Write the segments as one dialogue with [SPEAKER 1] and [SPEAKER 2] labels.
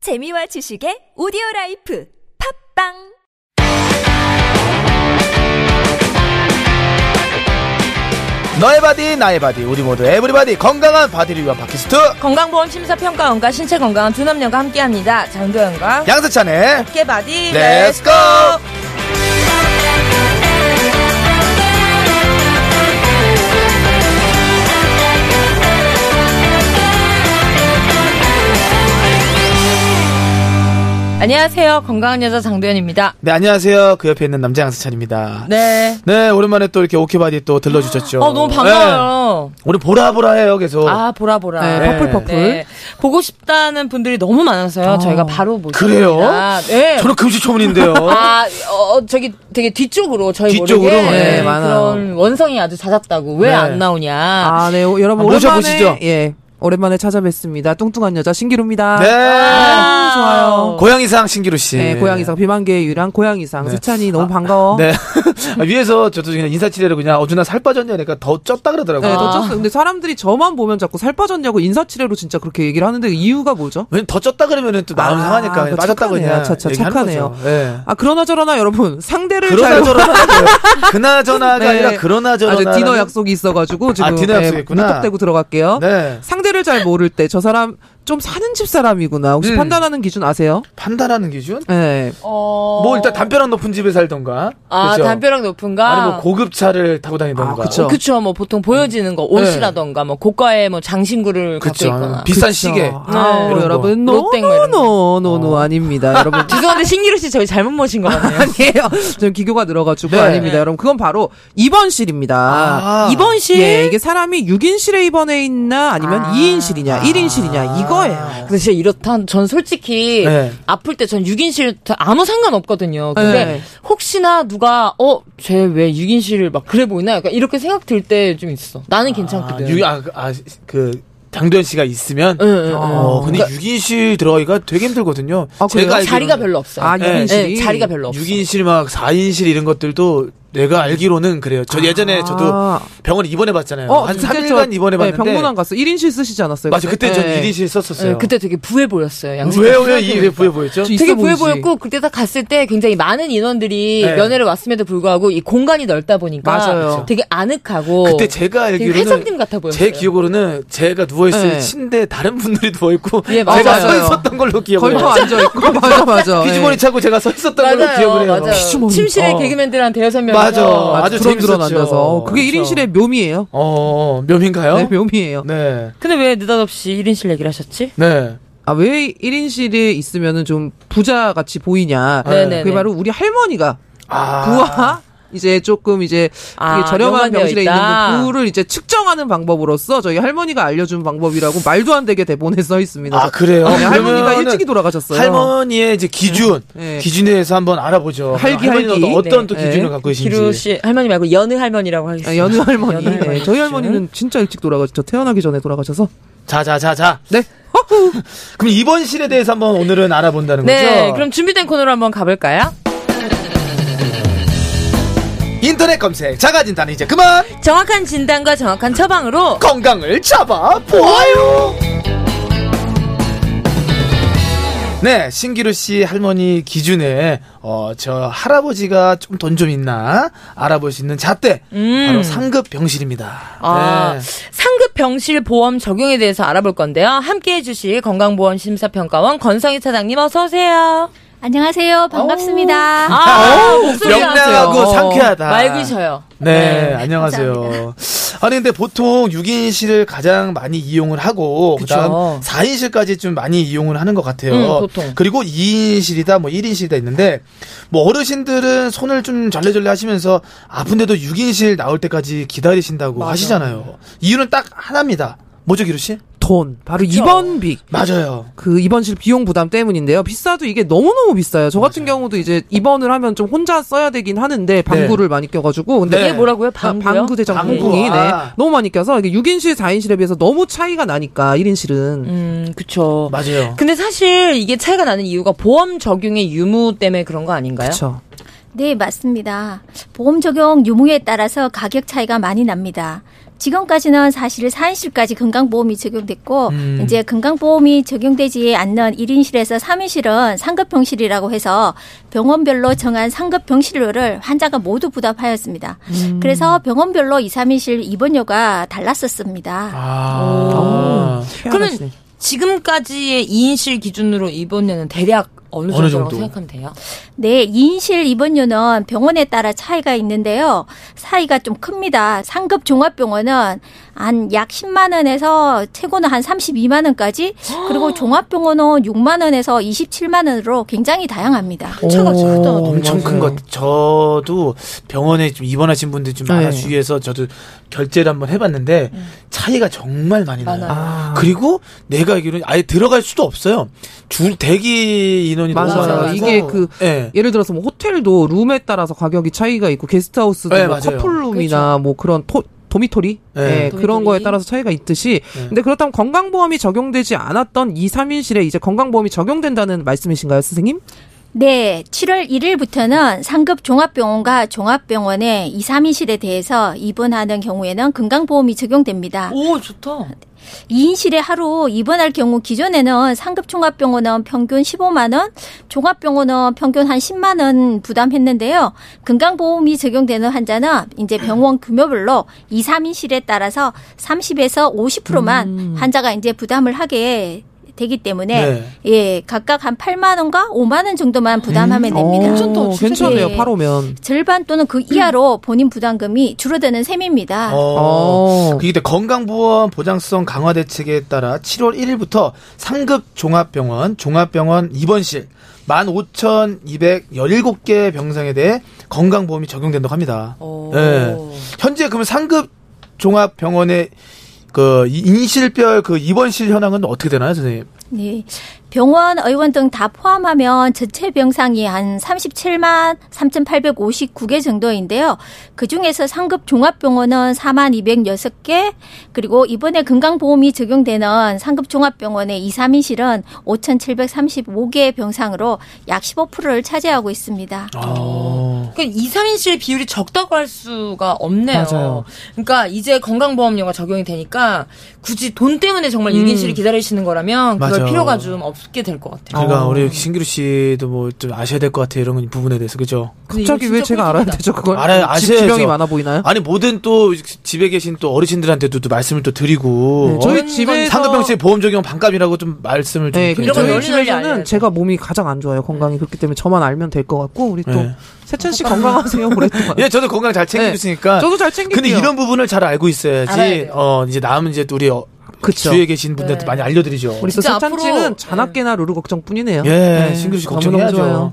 [SPEAKER 1] 재미와 지식의 오디오 라이프 팝빵
[SPEAKER 2] 너의 바디 나의 바디 우리 모두 에브리바디 건강한 바디를 위한 팟캐스트
[SPEAKER 3] 건강보험 심사평가원과 신체 건강한 두 남녀가 함께합니다. 장도연과
[SPEAKER 2] 양세찬의
[SPEAKER 3] 깨바디
[SPEAKER 2] Let's go!
[SPEAKER 3] 안녕하세요. 건강한 여자 장도연입니다.
[SPEAKER 2] 네 안녕하세요 그 옆에 있는 남자 양세찬입니다 네,
[SPEAKER 3] 네.
[SPEAKER 2] 오랜만에 또 이렇게 오케바디 또 들러주셨죠
[SPEAKER 3] 어 너무 반가워요.
[SPEAKER 2] 네. 우리 보라보라해요 계속
[SPEAKER 3] 아 보라 보라.
[SPEAKER 4] 네,
[SPEAKER 2] 네.
[SPEAKER 4] 퍼플퍼플. 어.
[SPEAKER 3] 네. 보고 싶다는 분들이 너무 많아서요. 저희가 바로 모셨
[SPEAKER 2] 그래요?
[SPEAKER 3] 네.
[SPEAKER 2] 저는 금시초문인데요
[SPEAKER 3] 아, 어, 저기 되게 뒤쪽으로 저희
[SPEAKER 2] 뒤쪽으로?
[SPEAKER 3] 모르게
[SPEAKER 2] 네,
[SPEAKER 4] 많아요.
[SPEAKER 3] 그런 원성이 아주 잦았다고 왜
[SPEAKER 2] 네.
[SPEAKER 3] 안 나오냐.
[SPEAKER 4] 아, 네, 오- 여러분
[SPEAKER 2] 아,
[SPEAKER 4] 오랜만에
[SPEAKER 2] 모셔보시죠.
[SPEAKER 4] 예, 오랜만에 찾아뵙습니다. 뚱뚱한 여자 신기루입니다.
[SPEAKER 2] 네
[SPEAKER 4] 아, 좋아요.
[SPEAKER 2] 고양이상 신기루씨
[SPEAKER 4] 네, 고양이상 비만계의 유랑 고양이상
[SPEAKER 2] 네.
[SPEAKER 4] 수찬이 너무 반가워.
[SPEAKER 2] 네 아, 위에서 저도 그냥 인사치레로 그냥 어준아 살 빠졌냐 그러니까 더 쪘다 그러더라고요
[SPEAKER 4] 네, 더 쪘어요. 근데 사람들이 저만 보면 자꾸 살 빠졌냐고 인사치레로 진짜 그렇게 얘기를 하는데 이유가 뭐죠?
[SPEAKER 2] 왜냐면 더 쪘다 그러면 또 마음
[SPEAKER 4] 아,
[SPEAKER 2] 상하니까 그냥
[SPEAKER 4] 그거
[SPEAKER 2] 빠졌다고
[SPEAKER 4] 착하네요.
[SPEAKER 2] 그냥
[SPEAKER 4] 차차
[SPEAKER 2] 얘기하는
[SPEAKER 4] 착하네요.
[SPEAKER 2] 거죠. 네.
[SPEAKER 4] 아 그러나 저러나 여러분 상대를
[SPEAKER 2] 그러나
[SPEAKER 4] 잘
[SPEAKER 2] 저러나 그나저나가
[SPEAKER 4] 네.
[SPEAKER 2] 아니라 그러나
[SPEAKER 4] 아,
[SPEAKER 2] 저러나
[SPEAKER 4] 저 디너 약속이 있어가지고 지금
[SPEAKER 2] 아, 디너
[SPEAKER 4] 예,
[SPEAKER 2] 약속이 있구나.
[SPEAKER 4] 무턱대고 들어갈게요.
[SPEAKER 2] 네
[SPEAKER 4] 상대를 잘 모를 때 저 사람 좀 사는 집 사람이구나 혹시
[SPEAKER 2] 음.
[SPEAKER 4] 판단하는 기준 아세요?
[SPEAKER 2] 판단하는 기준?
[SPEAKER 4] 네.
[SPEAKER 3] 어...
[SPEAKER 2] 뭐 일단 담벼락 높은 집에 살던가
[SPEAKER 3] 아,
[SPEAKER 2] 그죠?
[SPEAKER 3] 담벼락 높은가? 어,
[SPEAKER 2] 아니 뭐 고급차를 타고 다니던가
[SPEAKER 4] 아, 그쵸.
[SPEAKER 3] 그쵸, 뭐 보통 보여지는 거 옷이라던가 뭐 고가의 뭐 장신구를
[SPEAKER 2] 네. 그쵸.
[SPEAKER 3] 갖고 있거나.
[SPEAKER 2] 비싼 시계
[SPEAKER 3] 네.
[SPEAKER 4] 아,
[SPEAKER 2] 이런 거.
[SPEAKER 4] 여러분
[SPEAKER 3] 롯땡 뭐 이런 거.
[SPEAKER 4] 노노노노 아닙니다. 여러분
[SPEAKER 3] 죄송한데 신기루 씨 저희 잘못 모신 거 같네요.
[SPEAKER 4] 아니에요. 좀 기교가 늘어가지고
[SPEAKER 2] 네.
[SPEAKER 4] 아닙니다. 여러분 그건 바로 입원실입니다.
[SPEAKER 2] 아.
[SPEAKER 3] 입원실?
[SPEAKER 4] 예, 이게 사람이 6인실에 입원해 있나 아니면 아. 2인실이냐 1인실이냐 이거예요.
[SPEAKER 3] 근데 진짜 이렇다. 전 솔직히
[SPEAKER 2] 네.
[SPEAKER 3] 아플 때 전 6인실 아무 상관없거든요. 근데
[SPEAKER 4] 네.
[SPEAKER 3] 혹시나 누가 어 쟤 왜 6인실을 막 그래 보이나 약간 이렇게 생각 들 때 좀 있어. 나는 괜찮거든.
[SPEAKER 2] 유- 아, 아, 그 장도연 씨가 있으면
[SPEAKER 3] 네. 응, 응, 응.
[SPEAKER 2] 어, 근데 6인실 들어가기가 되게 힘들거든요
[SPEAKER 4] 아, 그래요?
[SPEAKER 2] 제가 알기로는
[SPEAKER 3] 자리가 별로 없어요.
[SPEAKER 4] 아,
[SPEAKER 2] 네.
[SPEAKER 4] 6인실이
[SPEAKER 3] 네, 자리가 별로 없어.
[SPEAKER 2] 6인실 막 4인실 이런 것들도 내가 알기로는 그래요 저 예전에 저도 병원 입원해 봤잖아요 한
[SPEAKER 4] 어, 그때
[SPEAKER 2] 3일간
[SPEAKER 4] 저-
[SPEAKER 2] 입원해
[SPEAKER 4] 네,
[SPEAKER 2] 봤는데
[SPEAKER 4] 병문안 네. 갔어. 1인실 쓰시지 않았어요?
[SPEAKER 2] 맞아 그때 전 1인실
[SPEAKER 3] 예,
[SPEAKER 2] 썼었어요
[SPEAKER 3] 그때 되게 부해 보였어요. 양식
[SPEAKER 2] 왜요 왜요 이왜 부해 보였죠?
[SPEAKER 4] 저 있어
[SPEAKER 3] 되게 부해
[SPEAKER 4] 보이지.
[SPEAKER 3] 보였고 그때 딱 갔을 때 굉장히 많은 인원들이
[SPEAKER 2] 네.
[SPEAKER 3] 면회를 왔음에도 불구하고 이 공간이 넓다 보니까
[SPEAKER 4] 맞아요.
[SPEAKER 3] 되게 아늑하고
[SPEAKER 2] 그때 제가
[SPEAKER 3] 되게
[SPEAKER 2] 알기로는
[SPEAKER 3] 해상팀 같아 보였어요.
[SPEAKER 2] 제 기억으로는 제가 누워있을
[SPEAKER 4] 네.
[SPEAKER 2] 침대에 다른 분들이 누워있고
[SPEAKER 3] 예,
[SPEAKER 2] 제가
[SPEAKER 3] 맞아요.
[SPEAKER 2] 서 있었던 걸로 기억을
[SPEAKER 4] 걸터
[SPEAKER 2] 해요 네.
[SPEAKER 4] 앉아 있고 예. 맞아 맞아.
[SPEAKER 2] 비주머니 차고 제가 서 있었던 걸로 기억을
[SPEAKER 3] 맞아요,
[SPEAKER 2] 해요
[SPEAKER 3] 맞아요.
[SPEAKER 4] 피주머니.
[SPEAKER 3] 침실에
[SPEAKER 2] 어.
[SPEAKER 3] 개그맨들 한 대여섯
[SPEAKER 2] 맞아.
[SPEAKER 3] 명.
[SPEAKER 4] 아,
[SPEAKER 2] 아주
[SPEAKER 4] 드론드론
[SPEAKER 2] 재밌었죠.
[SPEAKER 4] 앉아서 어, 그게
[SPEAKER 2] 그렇죠.
[SPEAKER 4] 1인실의 묘미예요.
[SPEAKER 2] 어, 어, 묘미인가요?
[SPEAKER 4] 네, 묘미예요.
[SPEAKER 2] 네.
[SPEAKER 3] 근데 왜 느닷없이 1인실 얘기를 하셨지?
[SPEAKER 2] 네.
[SPEAKER 4] 아 왜 1인실에 있으면은 좀 부자 같이 보이냐.
[SPEAKER 3] 네네네.
[SPEAKER 4] 그게 바로 우리 할머니가
[SPEAKER 2] 아.
[SPEAKER 4] 부하 이제 조금 이제 그게
[SPEAKER 3] 아,
[SPEAKER 4] 저렴한
[SPEAKER 3] 연관되어
[SPEAKER 4] 병실에
[SPEAKER 3] 있다.
[SPEAKER 4] 있는 그 부를 이제 측정하는 방법으로서 저희 할머니가 알려준 방법이라고 말도 안 되게 대본에 써 있습니다.
[SPEAKER 2] 아, 그래요?
[SPEAKER 4] 네, 할머니가
[SPEAKER 2] 그러면은
[SPEAKER 4] 일찍이 돌아가셨어요.
[SPEAKER 2] 할머니의 이제 기준,
[SPEAKER 4] 네.
[SPEAKER 2] 기준에 해서 한번 알아보죠.
[SPEAKER 4] 할기,
[SPEAKER 2] 할머니는
[SPEAKER 4] 할기.
[SPEAKER 2] 어떤- 어떤 또
[SPEAKER 4] 네.
[SPEAKER 2] 기준을 갖고 계신지.
[SPEAKER 3] 기루 씨 할머니 말고 여느 할머니라고
[SPEAKER 4] 아,
[SPEAKER 3] 하겠습니다.
[SPEAKER 4] 연우 할머니.
[SPEAKER 3] 연우 할머니.
[SPEAKER 4] 네, 저희 할머니는 진짜 일찍 돌아가셨죠. 태어나기 전에 돌아가셔서.
[SPEAKER 2] 자, 자, 자, 자.
[SPEAKER 4] 네.
[SPEAKER 2] 그럼 입원실에 대해서 한번 오늘은 알아본다는 거죠?
[SPEAKER 3] 네, 그럼 준비된 코너로 한번 가볼까요?
[SPEAKER 2] 인터넷 검색, 자가진단은 이제 그만!
[SPEAKER 3] 정확한 진단과 정확한 처방으로
[SPEAKER 2] 건강을 잡아보아요. 네, 신기루 씨 할머니 기준에 어, 저 할아버지가 좀 돈 좀 있나 알아볼 수 있는 잣대 바로 상급 병실입니다.
[SPEAKER 3] 아,
[SPEAKER 2] 네.
[SPEAKER 3] 상급 병실 보험 적용에 대해서 알아볼 건데요. 함께 해주실 건강보험 심사평가원 권성희 차장님 어서 오세요.
[SPEAKER 5] 안녕하세요. 반갑습니다.
[SPEAKER 3] 아, 목소리가
[SPEAKER 2] 어? 명랑하고
[SPEAKER 3] 나세요.
[SPEAKER 2] 상쾌하다.
[SPEAKER 3] 맑으셔요.
[SPEAKER 2] 네, 안녕하세요. 아니 근데 보통 6인실을 가장 많이 이용을 하고
[SPEAKER 3] 그쵸.
[SPEAKER 2] 그다음 4인실까지 좀 많이 이용을 하는 것 같아요.
[SPEAKER 3] 음, 보통.
[SPEAKER 2] 그리고 2인실이다 뭐 1인실이다 있는데 뭐 어르신들은 손을 좀 절레절레 하시면서 아픈데도 6인실 나올 때까지 기다리신다고 하시잖아요. 이유는 딱 하나입니다. 뭐죠, 기루 씨?
[SPEAKER 4] 돈. 바로 입원비.
[SPEAKER 2] 맞아요.
[SPEAKER 4] 그 입원실 비용 부담 때문인데요. 비싸도 이게 너무너무 비싸요. 저 같은 경우도 이제 입원을 하면 좀 혼자 써야 되긴 하는데 방구를 많이 껴가지고. 근데
[SPEAKER 2] 네.
[SPEAKER 3] 이게 뭐라고요? 방구요?
[SPEAKER 4] 방구 대장
[SPEAKER 2] 방구.
[SPEAKER 4] 방구이 네.
[SPEAKER 2] 아.
[SPEAKER 4] 너무 많이 껴서 이게 6인실 4인실에 비해서 너무 차이가 나니까 1인실은
[SPEAKER 3] 음, 그쵸.
[SPEAKER 2] 맞아요.
[SPEAKER 3] 근데 사실 이게 차이가 나는 이유가 보험 적용의 유무 때문에 그런 거 아닌가요?
[SPEAKER 4] 그렇죠.
[SPEAKER 5] 네, 맞습니다. 보험 적용 유무에 따라서 가격 차이가 많이 납니다. 지금까지는 사실 4인실까지 건강보험이 적용됐고
[SPEAKER 2] 음.
[SPEAKER 5] 이제 건강보험이 적용되지 않는 1인실에서 3인실은 상급병실이라고 해서 병원별로 정한 상급병실료를 환자가 모두 부담하였습니다. 그래서 병원별로 2, 3인실 입원료가 달랐었습니다.
[SPEAKER 2] 아.
[SPEAKER 3] 그러면
[SPEAKER 4] 희한하시네.
[SPEAKER 3] 지금까지의 2인실 기준으로 이번에는 대략 어느
[SPEAKER 2] 어느
[SPEAKER 3] 정도라고
[SPEAKER 2] 정도?
[SPEAKER 3] 생각하면 돼요?
[SPEAKER 5] 네, 2인실 입원료는 병원에 따라 차이가 있는데요. 차이가 좀 큽니다. 상급 종합병원은 한 약 10만 원에서 최고는 한 32만 원까지 그리고 종합병원은 6만 원에서 27만 원으로 굉장히 다양합니다.
[SPEAKER 3] 차가
[SPEAKER 4] 오,
[SPEAKER 3] 크다.
[SPEAKER 2] 어, 엄청 큰
[SPEAKER 4] 맞아요.
[SPEAKER 2] 것. 저도 병원에 좀 입원하신 분들 좀 많아
[SPEAKER 4] 네.
[SPEAKER 2] 주위에서 저도 결제를 한번 해봤는데 차이가 정말 음. 많이 나요.
[SPEAKER 3] 많아요.
[SPEAKER 4] 아.
[SPEAKER 2] 그리고 내가 알기로는 아예 들어갈 수도 없어요. 줄 대기 인원이 너무
[SPEAKER 4] 맞아요.
[SPEAKER 2] 많아서
[SPEAKER 4] 이게 그
[SPEAKER 2] 예.
[SPEAKER 4] 예를 들어서 뭐 호텔도 룸에 따라서 가격이 차이가 있고 게스트하우스도
[SPEAKER 2] 네,
[SPEAKER 4] 뭐
[SPEAKER 2] 맞아요.
[SPEAKER 4] 커플룸이나 뭐 그런 토- 도미토리
[SPEAKER 2] 네.
[SPEAKER 4] 네,
[SPEAKER 3] 도미토리.
[SPEAKER 4] 그런 거에 따라서 차이가 있듯이
[SPEAKER 2] 네.
[SPEAKER 4] 근데 그렇다면 건강보험이 적용되지 않았던 2, 3인실에 이제 건강보험이 적용된다는 말씀이신가요, 선생님?
[SPEAKER 5] 네, 7월 1일부터는 상급 종합병원과 종합병원의 2, 3인실에 대해서 입원하는 경우에는 건강보험이 적용됩니다.
[SPEAKER 3] 오, 좋다.
[SPEAKER 5] 2인실에 하루 입원할 경우 기존에는 상급 종합병원은 평균 15만 원, 종합병원은 평균 한 10만 원 부담했는데요. 건강보험이 적용되는 환자는 이제 병원 규모별로 2, 3인실에 따라서 30에서 50%만 환자가 이제 부담을 하게 되기 때문에
[SPEAKER 2] 네.
[SPEAKER 5] 예, 각각 한 8만 원과 5만 원 정도만 부담하면
[SPEAKER 4] 음.
[SPEAKER 5] 됩니다.
[SPEAKER 4] 오,
[SPEAKER 3] 진짜
[SPEAKER 4] 어, 괜찮네요,
[SPEAKER 5] 네.
[SPEAKER 4] 8호면.
[SPEAKER 5] 절반 또는 그 이하로 본인 부담금이 줄어드는 셈입니다.
[SPEAKER 2] 어. 그게 근데 건강보험 보장성 강화 대책에 따라 7월 1일부터 상급 종합병원, 종합병원 입원실 15,217개 병상에 대해 건강보험이 적용된다고 합니다.
[SPEAKER 3] 오.
[SPEAKER 2] 예. 현재 그러면 상급 종합병원의 그 이- 인실별 그 입원실 현황은 어떻게 되나요, 선생님?
[SPEAKER 5] 네. 병원, 의원 등 다 포함하면 전체 병상이 한 37만 3,859개 정도인데요. 그중에서 상급 종합병원은 4만 206개, 그리고 이번에 건강보험이 적용되는 상급 종합병원의 2, 3인실은 5,735개 병상으로 약 15%를 차지하고 있습니다.
[SPEAKER 2] 아.
[SPEAKER 3] 그 2, 3인실 비율이 적다고 할 수가 없네요.
[SPEAKER 4] 맞아요.
[SPEAKER 3] 그러니까 이제 건강보험료가 적용이 되니까 굳이 돈 때문에 정말
[SPEAKER 4] 음.
[SPEAKER 3] 1인실을 기다리시는 거라면 그럴
[SPEAKER 2] 맞아요.
[SPEAKER 3] 필요가 좀 없게 될 것 같아요.
[SPEAKER 2] 그러니까 우리 신기루 씨도 뭐 좀 아셔야 될 것 같아요. 이런 부분에 대해서. 그죠?
[SPEAKER 3] 근데 이거
[SPEAKER 4] 갑자기 왜
[SPEAKER 3] 진짜
[SPEAKER 4] 제가 알아야
[SPEAKER 3] 꿀팁이다.
[SPEAKER 4] 되죠, 그걸?
[SPEAKER 2] 알아야-
[SPEAKER 4] 지-
[SPEAKER 2] 아셔야죠.
[SPEAKER 4] 지병이 많아 보이나요?
[SPEAKER 2] 아니 모든 또 집에 계신 또 어르신들한테도 또 말씀을 또 드리고
[SPEAKER 4] 네, 저희
[SPEAKER 3] 어른 건
[SPEAKER 4] 집에서
[SPEAKER 2] 상급병실 보험 적용 반값이라고 좀 말씀을 좀
[SPEAKER 4] 네,
[SPEAKER 2] 드리고
[SPEAKER 4] 근데
[SPEAKER 3] 이런 건 널리
[SPEAKER 4] 저희
[SPEAKER 3] 널리 알려야 돼.
[SPEAKER 4] 집에서는 제가 몸이 가장 안 좋아요, 건강이. 그렇기 때문에 저만 알면 될 것 같고, 우리 또,
[SPEAKER 2] 네.
[SPEAKER 4] 세찬 씨 건강하세요, 오랫동안.
[SPEAKER 2] 예, 저도 건강 잘 챙겨주시니까.
[SPEAKER 4] 네, 저도 잘 챙길게요.
[SPEAKER 2] 근데 이런 부분을 잘 알고
[SPEAKER 3] 알아야
[SPEAKER 2] 있어야지,
[SPEAKER 3] 돼요.
[SPEAKER 2] 어, 이제 남은 이제 또 우리 어,
[SPEAKER 4] 그쵸.
[SPEAKER 2] 주위에 계신 분들한테
[SPEAKER 3] 네.
[SPEAKER 2] 많이 알려드리죠.
[SPEAKER 4] 우리 또
[SPEAKER 3] 진짜
[SPEAKER 4] 세찬
[SPEAKER 3] 앞으로- 네.
[SPEAKER 4] 씨는 자나깨나 루루 걱정뿐이네요.
[SPEAKER 2] 예, 신규 씨
[SPEAKER 4] 너무너무
[SPEAKER 2] 걱정해야죠.
[SPEAKER 4] 좋아요.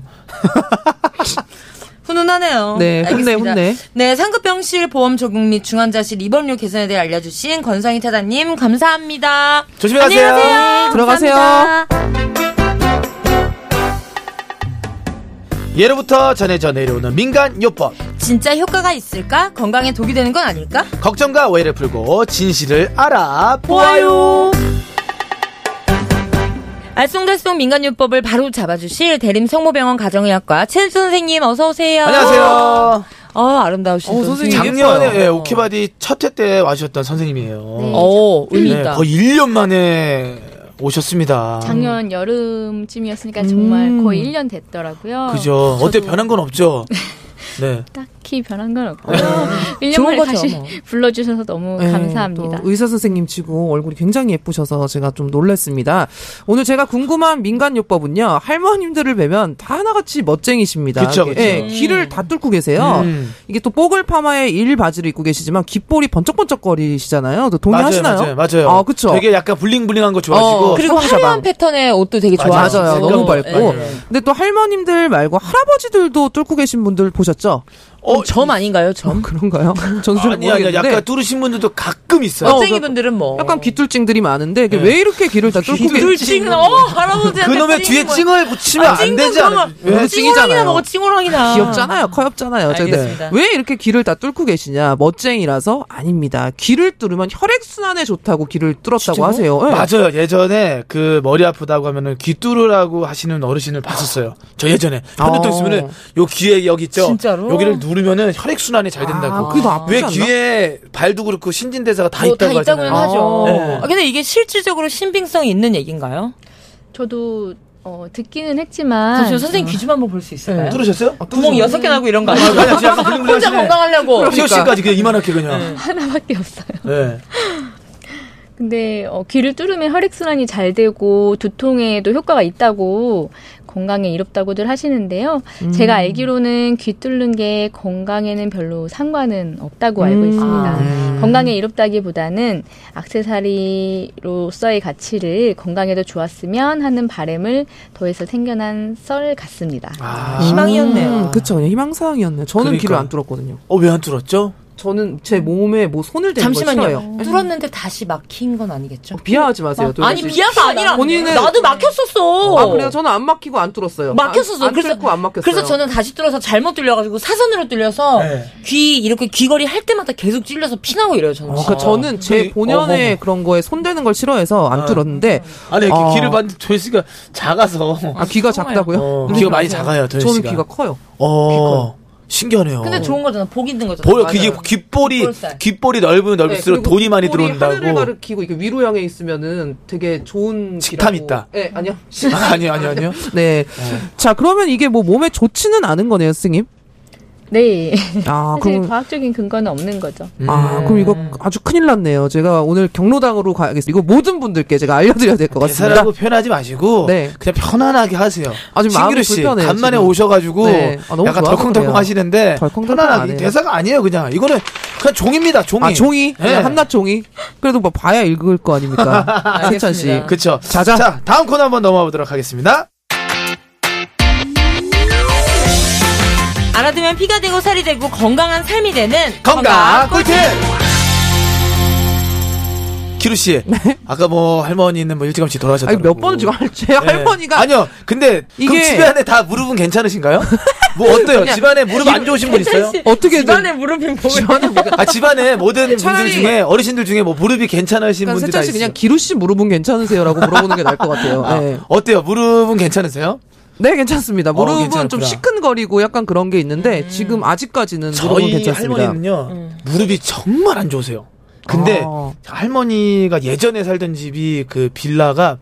[SPEAKER 3] 훈훈하네요.
[SPEAKER 4] 네, 혼내,
[SPEAKER 3] 어? 알겠습니다.
[SPEAKER 4] 혼내.
[SPEAKER 3] 네, 상급병실 보험 적용 및 중환자실 입원료 개선에 대해 알려주신 권상희 차장님 감사합니다.
[SPEAKER 2] 조심히 가세요.
[SPEAKER 4] 들어가세요.
[SPEAKER 5] 감사합니다.
[SPEAKER 2] 예로부터 전해져 내려오는 민간요법.
[SPEAKER 3] 진짜 효과가 있을까? 건강에 독이 되는 건 아닐까?
[SPEAKER 2] 걱정과 오해를 풀고 진실을 알아보아요.
[SPEAKER 3] 알쏭달쏭 민간요법을 바로 잡아주실 대림성모병원 가정의학과 최 선생님 어서 오세요.
[SPEAKER 2] 안녕하세요.
[SPEAKER 3] 어 아름다우신
[SPEAKER 4] 어,
[SPEAKER 3] 분. 음.
[SPEAKER 4] 선생님
[SPEAKER 2] 작년에
[SPEAKER 4] 예뻐요.
[SPEAKER 2] 예, 오케바디 첫 회 때 와주셨던 선생님이에요.
[SPEAKER 5] 네.
[SPEAKER 3] 어 의미
[SPEAKER 2] 네,
[SPEAKER 3] 있다.
[SPEAKER 2] 거의 1년 만에 오셨습니다.
[SPEAKER 3] 음.
[SPEAKER 6] 작년 여름쯤이었으니까 정말 거의 1년 됐더라고요.
[SPEAKER 2] 그죠. 어때 변한 건 없죠? 네.
[SPEAKER 6] 딱히 변한 건 없고요. 1년
[SPEAKER 3] 좋은
[SPEAKER 6] 만에
[SPEAKER 3] 거죠,
[SPEAKER 6] 다시
[SPEAKER 3] 뭐.
[SPEAKER 6] 불러주셔서 너무
[SPEAKER 4] 네,
[SPEAKER 6] 감사합니다.
[SPEAKER 4] 또 의사 선생님 치고 얼굴이 굉장히 예쁘셔서 제가 좀 놀랐습니다. 오늘 제가 궁금한 민간 요법은요. 할머님들을 뵈면 다 하나같이 멋쟁이십니다.
[SPEAKER 2] 그쵸, 그쵸.
[SPEAKER 4] 예, 귀를 다 뚫고 계세요.
[SPEAKER 2] 음.
[SPEAKER 4] 이게 또 뽀글 파마에 일 바지를 입고 계시지만 귓볼이 번쩍번쩍거리시잖아요. 또 동의하시나요?
[SPEAKER 2] 맞아요, 맞아요. 맞아요.
[SPEAKER 4] 아, 그쵸.
[SPEAKER 2] 되게 약간 블링블링한 거 좋아하시고.
[SPEAKER 4] 어,
[SPEAKER 3] 그리고
[SPEAKER 4] 성모자방.
[SPEAKER 3] 화려한 패턴의 옷도 되게 네.
[SPEAKER 2] 맞아요.
[SPEAKER 3] 좋아하시고
[SPEAKER 4] 맞아요. 너무
[SPEAKER 2] 색깔도
[SPEAKER 4] 밝고.
[SPEAKER 2] 예.
[SPEAKER 4] 근데 또 할머님들 말고 할아버지들도 뚫고 계신 분들 보셨죠?
[SPEAKER 2] 어,
[SPEAKER 3] 점 아닌가요?
[SPEAKER 4] 어,
[SPEAKER 3] 점.
[SPEAKER 4] 그런가요? 전잘
[SPEAKER 2] 아니, 아니,
[SPEAKER 4] 모르겠는데.
[SPEAKER 2] 약간 뚫으신 분들도 가끔 있어요.
[SPEAKER 4] 어,
[SPEAKER 3] 멋쟁이분들은 뭐.
[SPEAKER 4] 약간 귀뚤찡들이 많은데 이게
[SPEAKER 2] 네.
[SPEAKER 4] 왜 이렇게 귀를 다 뚫고 계세요?
[SPEAKER 3] 둘찡 어 할아버지한테
[SPEAKER 2] 그놈의 뒤에 찡을 붙이면 안 되지 않아요? 네.
[SPEAKER 4] 왜
[SPEAKER 3] 찡이잖아요.
[SPEAKER 4] 찡이잖아요.
[SPEAKER 3] 뭐 찡호랑이나.
[SPEAKER 4] 귀엽잖아요. 커엽잖아요. 저 근데
[SPEAKER 3] 알겠습니다.
[SPEAKER 4] 왜 이렇게 귀를 다 뚫고 계시냐? 멋쟁이라서 아닙니다. 귀를 뚫으면 혈액 순환에 좋다고 귀를 뚫었다고 하세요. 예.
[SPEAKER 2] 맞아요. 예전에 그 머리 아프다고 하면은 귀 뚫으라고 하시는 어르신을 봤었어요. 저 예전에
[SPEAKER 4] 어.
[SPEAKER 2] 편두통 있으면은 요 귀에 여기 있죠.
[SPEAKER 3] 진짜로?
[SPEAKER 2] 여기를 누르면은 혈액 순환이 잘 된다고.
[SPEAKER 4] 아, 그게 더 아프지
[SPEAKER 2] 왜
[SPEAKER 4] 않나?
[SPEAKER 2] 귀에 발도 그렇고 신진대사가 다
[SPEAKER 3] 뭐
[SPEAKER 2] 있다고
[SPEAKER 3] 있다고는
[SPEAKER 2] 하잖아요.
[SPEAKER 3] 하죠.
[SPEAKER 2] 네.
[SPEAKER 3] 아, 근데 이게 실질적으로 신빙성이 있는 얘기인가요?
[SPEAKER 6] 저도 어, 듣기는 했지만
[SPEAKER 3] 잠시만 선생님 귀 좀 한번 볼 수 있을까요?
[SPEAKER 2] 들으셨어요?
[SPEAKER 3] 네. 구멍 여섯 개 나고 이런 거 아니에요?
[SPEAKER 2] 아니, 진짜 약간 블링블링
[SPEAKER 3] 혼자 그러니까.
[SPEAKER 2] 하시네.
[SPEAKER 3] 건강하려고.
[SPEAKER 2] 시오 씨까지 그냥 이만하게 그냥.
[SPEAKER 6] 하나밖에 없어요.
[SPEAKER 2] 네.
[SPEAKER 6] 근데 어, 귀를 뚫으면 혈액순환이 잘 되고 두통에도 효과가 있다고 건강에 이롭다고들 하시는데요.
[SPEAKER 4] 음.
[SPEAKER 6] 제가 알기로는 귀 뚫는 게 건강에는 별로 상관은 없다고 알고
[SPEAKER 4] 음.
[SPEAKER 6] 있습니다.
[SPEAKER 2] 음.
[SPEAKER 6] 건강에 이롭다기보다는 악세사리로서의 가치를 건강에도 좋았으면 하는 바램을 더해서 생겨난 썰 같습니다.
[SPEAKER 2] 아,
[SPEAKER 3] 희망이었네요.
[SPEAKER 4] 음, 그쵸, 그냥 희망사항이었네요. 저는
[SPEAKER 2] 그러니까.
[SPEAKER 4] 귀를 안 뚫었거든요.
[SPEAKER 2] 어, 왜 안 뚫었죠?
[SPEAKER 4] 저는 제 몸에 뭐 손을 대는 거 싫어요.
[SPEAKER 3] 잠시만요. 뚫었는데 다시 막힌 건 아니겠죠?
[SPEAKER 4] 어, 비하하지 마세요. 또
[SPEAKER 3] 아니
[SPEAKER 4] 다시.
[SPEAKER 3] 비하가 아니라
[SPEAKER 4] 본인은-
[SPEAKER 3] 나도 막혔었어.
[SPEAKER 4] 아 그래요? 저는 안 막히고 안 뚫었어요.
[SPEAKER 3] 막혔었어.
[SPEAKER 4] 안, 안
[SPEAKER 3] 그래서
[SPEAKER 4] 뚫고 안 막혔어요.
[SPEAKER 3] 그래서 저는 다시 뚫어서 잘못 뚫려가지고 사선으로 뚫려서
[SPEAKER 2] 네.
[SPEAKER 3] 귀 이렇게 귀걸이 할 때마다 계속 찔려서 피나고 이래요 저는.
[SPEAKER 4] 그러니까 저는 제
[SPEAKER 2] 그-
[SPEAKER 4] 본연의
[SPEAKER 2] 어, 어.
[SPEAKER 4] 그런 거에 손대는 걸 싫어해서
[SPEAKER 2] 네.
[SPEAKER 4] 안 뚫었는데
[SPEAKER 2] 아니, 이렇게
[SPEAKER 4] 아.
[SPEAKER 2] 귀를 봤는데 도현 씨가 작아서.
[SPEAKER 4] 아 귀가 작다고요?
[SPEAKER 2] 어,
[SPEAKER 4] 그러지
[SPEAKER 2] 귀가 많이
[SPEAKER 4] 마세요.
[SPEAKER 2] 작아요, 도현
[SPEAKER 4] 저는
[SPEAKER 2] 씨가.
[SPEAKER 4] 그러니까 귀가 커요.
[SPEAKER 2] 어, 신기하네요.
[SPEAKER 3] 근데 좋은 거잖아. 복 있는 거잖아.
[SPEAKER 2] 보여,
[SPEAKER 4] 맞아요.
[SPEAKER 2] 그게 귓볼이,
[SPEAKER 3] 귓볼살.
[SPEAKER 2] 귓볼이 넓으면 넓을수록
[SPEAKER 4] 네, 그리고
[SPEAKER 2] 돈이 많이
[SPEAKER 4] 뿔이 하늘을
[SPEAKER 2] 들어온다고.
[SPEAKER 4] 가리키고 이게 위로 향해 있으면은 되게 좋은
[SPEAKER 2] 식탐
[SPEAKER 4] 귀라고.
[SPEAKER 2] 있다.
[SPEAKER 4] 네, 아니요.
[SPEAKER 2] 아, 아니요, 아니요, 아니요.
[SPEAKER 4] 네. 자 그러면 이게 뭐 몸에 좋지는 않은 거네요, 스님.
[SPEAKER 6] 네.
[SPEAKER 4] 아
[SPEAKER 6] 사실
[SPEAKER 4] 그럼
[SPEAKER 6] 과학적인 근거는 없는 거죠.
[SPEAKER 4] 아 그럼 이거
[SPEAKER 2] 음.
[SPEAKER 4] 아주 큰일 났네요. 제가 오늘 경로당으로 가야겠어요. 이거 모든 분들께 제가 알려드려야 될 것 같습니다.
[SPEAKER 2] 대사라고 표현하지 마시고
[SPEAKER 4] 네.
[SPEAKER 2] 그냥 편안하게 하세요.
[SPEAKER 4] 아, 지금 마음이
[SPEAKER 2] 신기루 씨
[SPEAKER 4] 불편해요,
[SPEAKER 2] 간만에
[SPEAKER 4] 지금.
[SPEAKER 2] 오셔가지고
[SPEAKER 4] 네. 아, 너무
[SPEAKER 2] 약간
[SPEAKER 4] 좋아서
[SPEAKER 2] 덜컹덜컹
[SPEAKER 4] 그래요.
[SPEAKER 2] 하시는데
[SPEAKER 4] 덜컹덜컹 안
[SPEAKER 2] 편안하게
[SPEAKER 4] 해요.
[SPEAKER 2] 대사가 아니에요 그냥 이거는 그냥 종입니다 종이.
[SPEAKER 4] 아 종이
[SPEAKER 2] 네.
[SPEAKER 4] 그냥 한낱 종이. 그래도 뭐 봐야 읽을 거 아닙니까, 세찬 씨.
[SPEAKER 3] 알겠습니다.
[SPEAKER 2] 네. 그쵸.
[SPEAKER 4] 자자.
[SPEAKER 2] 자 다음 코너 한번 넘어가 보도록 하겠습니다.
[SPEAKER 3] 알아두면 피가 되고 살이 되고 건강한 삶이 되는
[SPEAKER 2] 건강 꿀팁. 기루 씨, 아까 뭐 할머니는 뭐 일찌감치 돌아가셨다고.
[SPEAKER 4] 네. 아니 몇 번을 지금 할- 제
[SPEAKER 2] 네.
[SPEAKER 4] 할머니가
[SPEAKER 2] 아니요. 근데 그럼
[SPEAKER 4] 이게-
[SPEAKER 2] 집안에 다 무릎은 괜찮으신가요? 뭐 어때요? 집안에 무릎 안 좋으신 분 있어요?
[SPEAKER 4] 어떻게
[SPEAKER 3] 집안에 무릎이 뭐예요?
[SPEAKER 2] 아 집안에 모든 분들
[SPEAKER 4] 차라리-
[SPEAKER 2] 중에 어르신들 중에 뭐 무릎이 괜찮으신
[SPEAKER 4] 그러니까
[SPEAKER 2] 분들 다
[SPEAKER 4] 세찬 씨
[SPEAKER 2] 있어요.
[SPEAKER 4] 그냥 기루 씨 무릎은 괜찮으세요라고 물어보는 게 나을 것 같아요.
[SPEAKER 2] 아,
[SPEAKER 4] 네.
[SPEAKER 2] 어때요? 무릎은 괜찮으세요?
[SPEAKER 4] 네, 괜찮습니다. 무릎은
[SPEAKER 2] 어, 괜찮았구나.
[SPEAKER 4] 좀 시큰거리고 약간 그런 게
[SPEAKER 3] 음.
[SPEAKER 4] 있는데 지금 아직까지는 무릎은
[SPEAKER 2] 저희
[SPEAKER 4] 괜찮습니다. 음.
[SPEAKER 2] 할머니는요 무릎이 정말 안 좋으세요. 근데
[SPEAKER 4] 아.
[SPEAKER 2] 할머니가 예전에 살던 집이 그 빌라가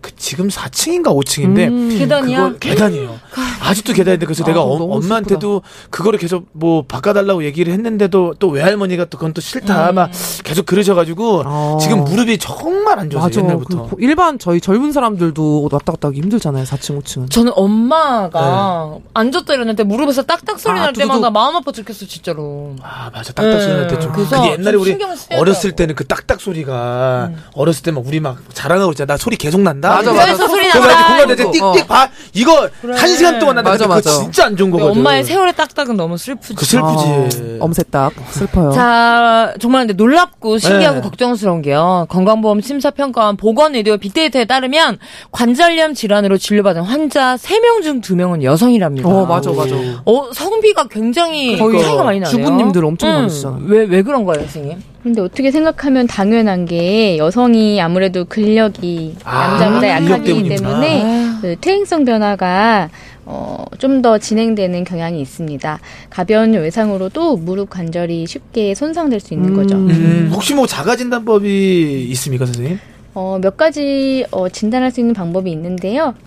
[SPEAKER 2] 그 지금 4층인가 5층인데
[SPEAKER 3] 계단이야.
[SPEAKER 2] 그걸 계단이에요. 아직도 계단인데 그래서 내가
[SPEAKER 4] 음, 아,
[SPEAKER 2] 어-
[SPEAKER 4] 너무
[SPEAKER 2] 엄마한테도 그거를 계속 뭐 바꿔달라고 얘기를 했는데도 또 외할머니가 또 그건 또 싫다 막 계속 그러셔가지고
[SPEAKER 4] 네. 아.
[SPEAKER 2] 지금 무릎이 정말 안 좋으세요
[SPEAKER 4] 맞아.
[SPEAKER 2] 옛날부터.
[SPEAKER 4] 그 일반 저희 젊은 사람들도 왔다 갔다 하기 힘들잖아요. 4층, 5층은.
[SPEAKER 3] 저는 엄마가 앉았다 일어났는데 무릎에서 딱딱 소리
[SPEAKER 4] 네. 아,
[SPEAKER 3] 날
[SPEAKER 4] 두두둑.
[SPEAKER 3] 때마다 마음 아파 죽겠어 진짜로.
[SPEAKER 2] 아 맞아 딱딱 소리 날 때 좀.
[SPEAKER 3] 네,
[SPEAKER 2] 그게
[SPEAKER 3] 그래서
[SPEAKER 2] 옛날에
[SPEAKER 3] 좀
[SPEAKER 2] 우리
[SPEAKER 3] 신경을 쓰여요.
[SPEAKER 2] 어렸을 때는 그 딱딱 소리가 어렸을 때 막 우리 막 자랑하고 있잖아. 나 소리 계속 난다.
[SPEAKER 4] 맞아, 맞아.
[SPEAKER 3] 그래서 소리
[SPEAKER 2] 그래서 아직
[SPEAKER 3] 난다.
[SPEAKER 2] 공감대
[SPEAKER 4] 이거.
[SPEAKER 2] 띡띡 봐. 이거
[SPEAKER 3] 그래.
[SPEAKER 2] 한 시간 동안 난다.
[SPEAKER 4] 맞아,
[SPEAKER 2] 근데 그거
[SPEAKER 4] 맞아.
[SPEAKER 2] 진짜 안 좋은
[SPEAKER 4] 뭐
[SPEAKER 3] 우리
[SPEAKER 2] 거거든.
[SPEAKER 3] 엄마의 세월의 딱딱은 너무 슬프지.
[SPEAKER 2] 그 슬프지.
[SPEAKER 4] 아, 엄셋딱. 슬퍼요.
[SPEAKER 3] 자, 정말 근데 놀랍고 신기하고
[SPEAKER 2] 네.
[SPEAKER 3] 걱정스러운 게요. 건강보험 심사평가원 보건의료 빅데이터에 따르면 관절염 질환으로 진료받은 환자 3명 중 2명은 여성이랍니다.
[SPEAKER 4] 어, 맞아, 맞아.
[SPEAKER 3] 어, 성비가 굉장히
[SPEAKER 4] 거의
[SPEAKER 3] 차이가 많이 나네요. 음,
[SPEAKER 4] 주부님들 엄청 많으시잖아요.
[SPEAKER 3] 왜, 왜 그런 거예요, 선생님?
[SPEAKER 6] 근데 어떻게 생각하면 당연한 게 여성이 아무래도 근력이
[SPEAKER 2] 아,
[SPEAKER 6] 남자보다
[SPEAKER 2] 근력 아.
[SPEAKER 6] 약하기
[SPEAKER 2] 때문이구나.
[SPEAKER 6] 때문에 그 퇴행성 변화가 어, 좀 더 진행되는 경향이 있습니다. 가벼운 외상으로도 무릎 관절이 쉽게 손상될 수 있는 거죠.
[SPEAKER 2] 음, 혹시 뭐 자가진단법이 있습니까, 선생님?
[SPEAKER 6] 어, 몇 가지 어, 진단할 수 있는 방법이 있는데요.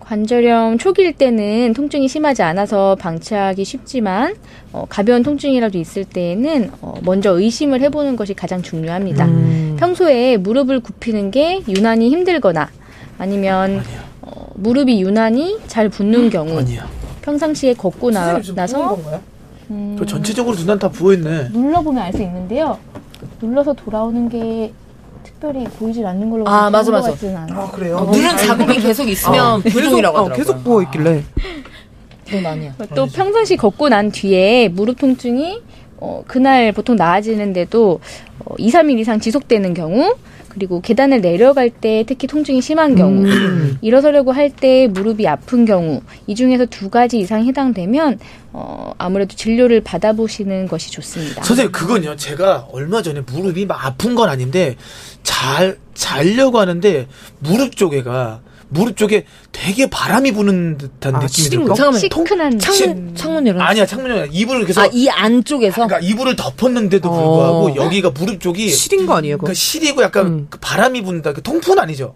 [SPEAKER 6] 관절염 초기일 때는 통증이 심하지 않아서 방치하기 쉽지만 어, 가벼운 통증이라도 있을 때에는 어, 먼저 의심을 해보는 것이 가장 중요합니다.
[SPEAKER 3] 음.
[SPEAKER 6] 평소에 무릎을 굽히는 게 유난히 힘들거나 아니면 어, 무릎이 유난히 잘
[SPEAKER 3] 음.
[SPEAKER 6] 붓는 경우
[SPEAKER 2] 아니요.
[SPEAKER 6] 평상시에 걷고 어. 아, 나, 나서 음,
[SPEAKER 2] 저 전체적으로 눈안 다 부어있네.
[SPEAKER 6] 눌러보면 알 수 있는데요. 눌러서 돌아오는 게 특별히 보이질 않는 걸로
[SPEAKER 3] 아, 맞아, 맞아.
[SPEAKER 6] 같지는 않아요.
[SPEAKER 4] 아, 그래요?
[SPEAKER 3] 누른 어, 자국이 계속 있으면 불종이라고
[SPEAKER 4] 어,
[SPEAKER 3] 하더라고요. 아. 네,
[SPEAKER 4] 계속 부어있길래.
[SPEAKER 3] 그건 아니야.
[SPEAKER 6] 또 평상시 걷고 난 뒤에 무릎 통증이 어, 그날 보통 나아지는데도 어, 2, 3일 이상 지속되는 경우 그리고 계단을 내려갈 때 특히 통증이 심한 경우
[SPEAKER 2] 음.
[SPEAKER 6] 일어서려고 할 때 무릎이 아픈 경우 이 중에서 두 가지 이상 해당되면 어, 아무래도 진료를 받아보시는 것이 좋습니다.
[SPEAKER 2] 선생님 그건요 제가 얼마 전에 무릎이 막 아픈 건 아닌데 잘 자려고 하는데 무릎 쪽에가 무릎 쪽에 되게 바람이 부는 듯한
[SPEAKER 4] 아,
[SPEAKER 2] 느낌이
[SPEAKER 4] 시린
[SPEAKER 2] 들고
[SPEAKER 4] 거?
[SPEAKER 3] 잠깐만.
[SPEAKER 6] 시큰한
[SPEAKER 3] 창문 창문 열어.
[SPEAKER 2] 아니야 창문이 아니라 이불을 계속
[SPEAKER 3] 아이 안쪽에서
[SPEAKER 2] 그러니까 이불을 덮었는데도
[SPEAKER 4] 어.
[SPEAKER 2] 불구하고 여기가 무릎 쪽이
[SPEAKER 4] 실인 거 아니에요? 그거?
[SPEAKER 2] 그러니까 시리고 약간
[SPEAKER 4] 음.
[SPEAKER 2] 그 바람이 분다. 그 통풍은 아니죠.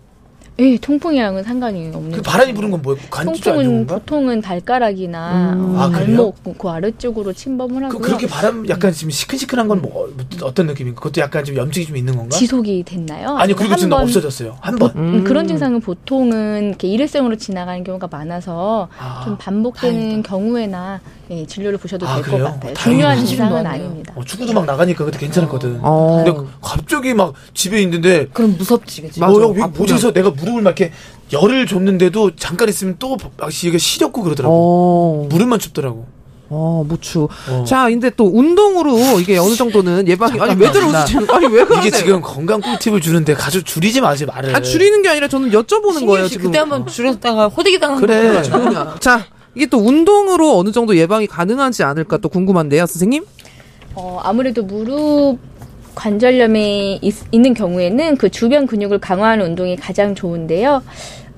[SPEAKER 6] 예, 통풍이랑은 상관이 없는.
[SPEAKER 2] 그 바람이 부는 건 뭐예요? 관절 안
[SPEAKER 6] 통풍은
[SPEAKER 2] 좋은 건가?
[SPEAKER 6] 보통은 발가락이나
[SPEAKER 4] 음.
[SPEAKER 6] 어,
[SPEAKER 2] 아, 그래요?
[SPEAKER 6] 발목 그 아래쪽으로 침범을 하고
[SPEAKER 2] 그, 그렇게 바람 약간 지금 시큰시큰한 건 뭐, 어떤 느낌인가? 그것도 약간 좀 염증이 좀 있는 건가?
[SPEAKER 6] 지속이 됐나요?
[SPEAKER 2] 아니 그리고
[SPEAKER 6] 한
[SPEAKER 2] 지금
[SPEAKER 6] 번-
[SPEAKER 2] 없어졌어요. 한 번.
[SPEAKER 4] 음.
[SPEAKER 6] 그런 증상은 보통은 이렇게 일회성으로 지나가는 경우가 많아서
[SPEAKER 2] 아,
[SPEAKER 6] 좀 반복되는
[SPEAKER 2] 다행이다.
[SPEAKER 6] 경우에나 예, 진료를 보셔도
[SPEAKER 2] 아,
[SPEAKER 6] 될 것
[SPEAKER 2] 그래요?
[SPEAKER 6] 같아요.
[SPEAKER 2] 다행이다.
[SPEAKER 6] 중요한
[SPEAKER 3] 다행이다.
[SPEAKER 6] 증상은
[SPEAKER 3] 다행이다.
[SPEAKER 6] 아닙니다.
[SPEAKER 2] 어, 축구도 막 나가니까 그때 괜찮았거든.
[SPEAKER 4] 어.
[SPEAKER 2] 근데 갑자기 막 집에 있는데
[SPEAKER 3] 그럼 무섭지 그치?
[SPEAKER 4] 맞아.
[SPEAKER 2] 어, 형,
[SPEAKER 4] 아프면.
[SPEAKER 2] 뭐지서 내가 무릎을 막 이렇게 열을 줬는데도 잠깐 있으면 또막 이게 시렵고 그러더라고.
[SPEAKER 4] 어.
[SPEAKER 2] 무릎만 춥더라고.
[SPEAKER 4] 어, 무추.
[SPEAKER 2] 어.
[SPEAKER 4] 자, 근데 또 운동으로 이게 어느 정도는 예방이 아니 왜 들어오지? 아니 왜 그러세요?
[SPEAKER 2] 이게 지금 건강 꿀팁을 주는데 가져 줄이지 마세요 말을.
[SPEAKER 4] 아 줄이는 게 아니라 저는 여쭤보는
[SPEAKER 3] 신기해
[SPEAKER 4] 거예요,
[SPEAKER 3] 씨
[SPEAKER 4] 지금.
[SPEAKER 3] 그때 한번 줄였다가 호되게 당한
[SPEAKER 2] 그래.
[SPEAKER 4] 그러니까. 자, 이게 또 운동으로 어느 정도 예방이 가능하지 않을까 또 궁금한데요, 선생님?
[SPEAKER 6] 어, 아무래도 무릎 관절염이 있, 있는 경우에는 그 주변 근육을 강화하는 운동이 가장 좋은데요.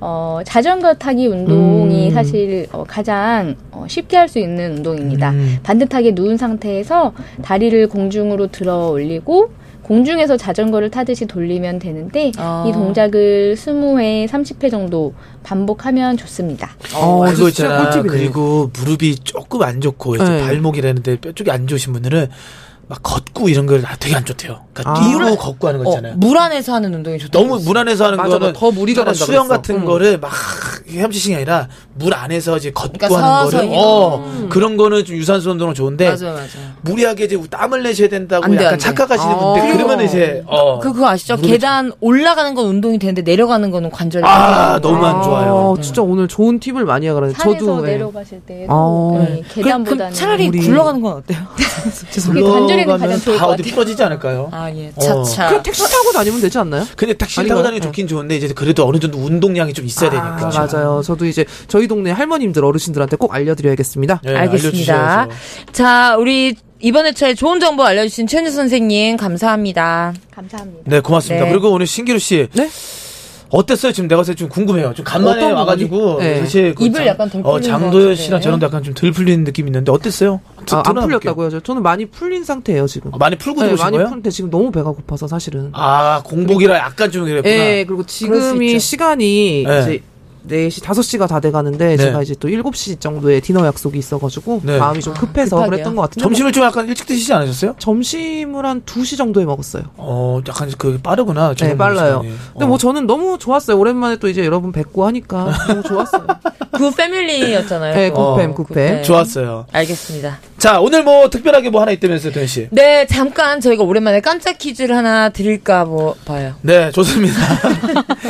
[SPEAKER 6] 어, 자전거 타기 운동이
[SPEAKER 4] 음.
[SPEAKER 6] 사실 어, 가장 어, 쉽게 할 수 있는 운동입니다.
[SPEAKER 2] 음.
[SPEAKER 6] 반듯하게 누운 상태에서 다리를 공중으로 들어 올리고 공중에서 자전거를 타듯이 돌리면 되는데
[SPEAKER 3] 아.
[SPEAKER 6] 이 동작을 20회, 30회 정도 반복하면 좋습니다.
[SPEAKER 4] 어,
[SPEAKER 2] 그거
[SPEAKER 4] 진짜
[SPEAKER 2] 있잖아.
[SPEAKER 4] 꿀팁이네.
[SPEAKER 2] 그리고 무릎이 조금 안 좋고 이제
[SPEAKER 4] 네.
[SPEAKER 2] 발목이라는데 뼈 쪽이 안 좋으신 분들은 막 걷고 이런 걸 되게 안 좋대요. 그러니까
[SPEAKER 4] 아.
[SPEAKER 2] 뛰고 걷고 하는 거 있잖아요.
[SPEAKER 3] 어, 물 안에서 하는 운동이 좋다.
[SPEAKER 2] 너무 물 안에서 하는
[SPEAKER 4] 음. 맞아,
[SPEAKER 2] 거는
[SPEAKER 4] 더 무리가
[SPEAKER 2] 있잖아.
[SPEAKER 4] 간다
[SPEAKER 2] 수영
[SPEAKER 4] 그랬어.
[SPEAKER 2] 같은
[SPEAKER 4] 음.
[SPEAKER 2] 거를 막 헤엄치는 게 아니라 물 안에서 이제 걷고
[SPEAKER 3] 그러니까
[SPEAKER 2] 하는
[SPEAKER 3] 서서
[SPEAKER 2] 거를 어
[SPEAKER 4] 음.
[SPEAKER 2] 그런 거는 좀 유산소 운동은 좋은데
[SPEAKER 3] 맞아 맞아.
[SPEAKER 2] 무리하게 이제 땀을 내셔야 된다고
[SPEAKER 3] 안 돼,
[SPEAKER 2] 약간
[SPEAKER 3] 안 돼.
[SPEAKER 2] 착각하시는
[SPEAKER 4] 아.
[SPEAKER 2] 분들 그러면 이제 어.
[SPEAKER 3] 그, 그거 아시죠? 계단 올라가는 건 운동이 되는데 내려가는 거는 관절이.
[SPEAKER 2] 아 너무 안 좋아요.
[SPEAKER 4] 아, 진짜 오늘 좋은 팁을 많이 하거든요.
[SPEAKER 6] 산에서
[SPEAKER 4] 저도 예.
[SPEAKER 6] 내려가실 때도
[SPEAKER 4] 아.
[SPEAKER 6] 예,
[SPEAKER 3] 그럼,
[SPEAKER 6] 계단보다는
[SPEAKER 3] 차라리
[SPEAKER 4] 우리-
[SPEAKER 3] 굴러가는 건 어때요?
[SPEAKER 6] 그게 관절에는
[SPEAKER 2] 올라가면
[SPEAKER 6] 가장 좋을
[SPEAKER 2] 다
[SPEAKER 6] 것
[SPEAKER 2] 어디
[SPEAKER 6] 같아요.
[SPEAKER 2] 부러지지 않을까요?
[SPEAKER 3] 아, 예.
[SPEAKER 2] 차차.
[SPEAKER 3] 차차.
[SPEAKER 4] 그럼 택시 타고 다니면 되지 않나요?
[SPEAKER 2] 근데 택시 타고
[SPEAKER 4] 아니면- 뭐, 네.
[SPEAKER 2] 다니면 좋긴 좋은데 이제 그래도 어느 정도 운동량이 좀 있어야 되니까.
[SPEAKER 4] 아, 맞아요. 저도 이제 저희 동네 할머님들 어르신들한테 꼭 알려드려야겠습니다.
[SPEAKER 2] 예,
[SPEAKER 3] 알겠습니다.
[SPEAKER 2] 알려주셔야죠.
[SPEAKER 3] 자, 우리 이번 회차에 좋은 정보 알려주신 최은주 선생님, 감사합니다.
[SPEAKER 6] 감사합니다.
[SPEAKER 2] 네, 고맙습니다.
[SPEAKER 3] 네.
[SPEAKER 2] 그리고 오늘 신기루 씨.
[SPEAKER 4] 네?
[SPEAKER 2] 어땠어요? 지금 내가 좀 궁금해요. 좀 간만에
[SPEAKER 4] 어떤
[SPEAKER 2] 와가지고
[SPEAKER 4] 부분이? 네.
[SPEAKER 2] 사실 그
[SPEAKER 3] 입을 약간 덜
[SPEAKER 2] 어,
[SPEAKER 3] 풀리는 것
[SPEAKER 2] 장도연
[SPEAKER 3] 같은데.
[SPEAKER 2] 씨랑 저랑 약간 좀 덜 풀리는 느낌이 있는데 어땠어요? 드-
[SPEAKER 4] 아, 안
[SPEAKER 2] 드러나볼게요.
[SPEAKER 4] 풀렸다고요? 저- 저는 많이 풀린 상태예요 지금.
[SPEAKER 2] 어, 많이 풀고
[SPEAKER 4] 네,
[SPEAKER 2] 들어오신
[SPEAKER 4] 많이
[SPEAKER 2] 거예요?
[SPEAKER 4] 풀는데 지금 너무 배가 고파서 사실은.
[SPEAKER 2] 아 공복이라 약간 좀 그랬구나.
[SPEAKER 4] 예, 그리고 지금이
[SPEAKER 3] 있죠.
[SPEAKER 4] 시간이
[SPEAKER 2] 네.
[SPEAKER 4] 이제 4시, 5시가 다 돼가는데,
[SPEAKER 2] 네.
[SPEAKER 4] 제가 이제 또 7시 정도에 디너 약속이 있어가지고,
[SPEAKER 2] 네.
[SPEAKER 4] 마음이 좀 급해서
[SPEAKER 3] 급하게요?
[SPEAKER 4] 그랬던 것 같은데.
[SPEAKER 2] 점심을 좀 약간 일찍 드시지 않으셨어요?
[SPEAKER 4] 뭐 점심을 한 2시 정도에 먹었어요.
[SPEAKER 2] 어 약간 그 빠르구나.
[SPEAKER 4] 네,
[SPEAKER 2] 저녁 먹는
[SPEAKER 4] 빨라요.
[SPEAKER 2] 시간이.
[SPEAKER 4] 근데
[SPEAKER 2] 어.
[SPEAKER 4] 뭐 저는 너무 좋았어요. 오랜만에 또 이제 여러분 뵙고 하니까 너무 좋았어요.
[SPEAKER 3] 그 패밀리였잖아요.
[SPEAKER 4] 네,
[SPEAKER 3] 또.
[SPEAKER 4] 굿팸,
[SPEAKER 3] 어,
[SPEAKER 4] 굿팸.
[SPEAKER 2] 좋았어요.
[SPEAKER 3] 알겠습니다.
[SPEAKER 2] 자 오늘 뭐 특별하게 뭐 하나 있다면서요, 도현 씨?
[SPEAKER 3] 네, 잠깐 저희가 오랜만에 깜짝 퀴즈를 하나 드릴까 뭐 봐요.
[SPEAKER 2] 네, 좋습니다.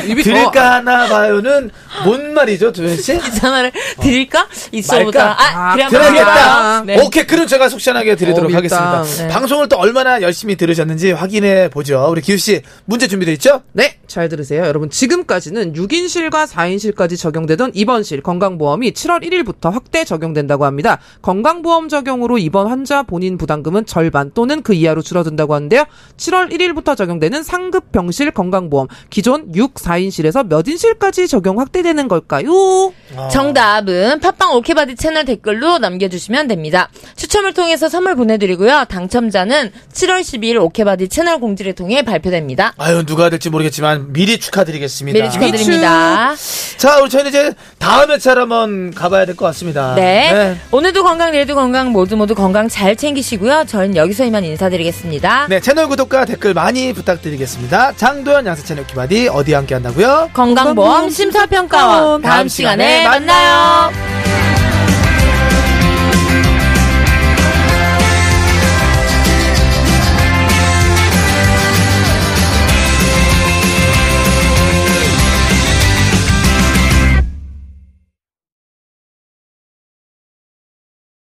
[SPEAKER 4] 입이 더-
[SPEAKER 2] 드릴까 하나 봐요는 뭔 말이죠, 도현 씨?
[SPEAKER 3] 이 전화를 드릴까? 있어보자.
[SPEAKER 4] 말까?
[SPEAKER 3] 어. 아, 그래,
[SPEAKER 4] 아,
[SPEAKER 3] 한번
[SPEAKER 2] 드려야겠다.
[SPEAKER 3] 드려볼까요? 네.
[SPEAKER 2] 오케이, 그럼 제가 속 시원하게 드리도록
[SPEAKER 4] 어, 밀당.
[SPEAKER 2] 하겠습니다.
[SPEAKER 4] 네.
[SPEAKER 2] 방송을 또 얼마나 열심히 들으셨는지 확인해 보죠. 우리 기우 씨 문제 준비돼 있죠?
[SPEAKER 4] 네, 잘 들으세요. 여러분, 지금까지는 6인실과 4인실까지 적용되던 입원실 건강보험이 7월 1일부터 확대 적용된다고 합니다. 건강보험 적용으로 입원 환자 본인 부담금은 절반 또는 그 이하로 줄어든다고 하는데요. 7월 1일부터 적용되는 상급 병실 건강보험, 기존 6, 4인실에서 몇 인실까지 적용 확대되는 걸까요?
[SPEAKER 3] 어? 정답은 팟빵 오케바디 채널 댓글로 남겨주시면 됩니다. 추첨을 통해서 선물 보내드리고요. 당첨자는 7월 12일 오케바디 채널 공지를 통해 발표됩니다.
[SPEAKER 2] 아유, 누가 될지 모르겠지만 미리 축하드리겠습니다.
[SPEAKER 3] 미리 축하드립니다.
[SPEAKER 2] 자, 우리 저희는 이제 다음 회차로 한번 가봐야 될 것 같습니다.
[SPEAKER 3] 네. 오늘도 건강, 내일도 건강, 모두 모두 건강 잘 챙기시고요. 저는 여기서 이만 인사드리겠습니다.
[SPEAKER 2] 네, 채널 구독과 댓글 많이 부탁드리겠습니다. 장도연 양세찬의 키바디 어디 함께 한다고요?
[SPEAKER 3] 건강보험 심사평가원 다음 시간에 만나요.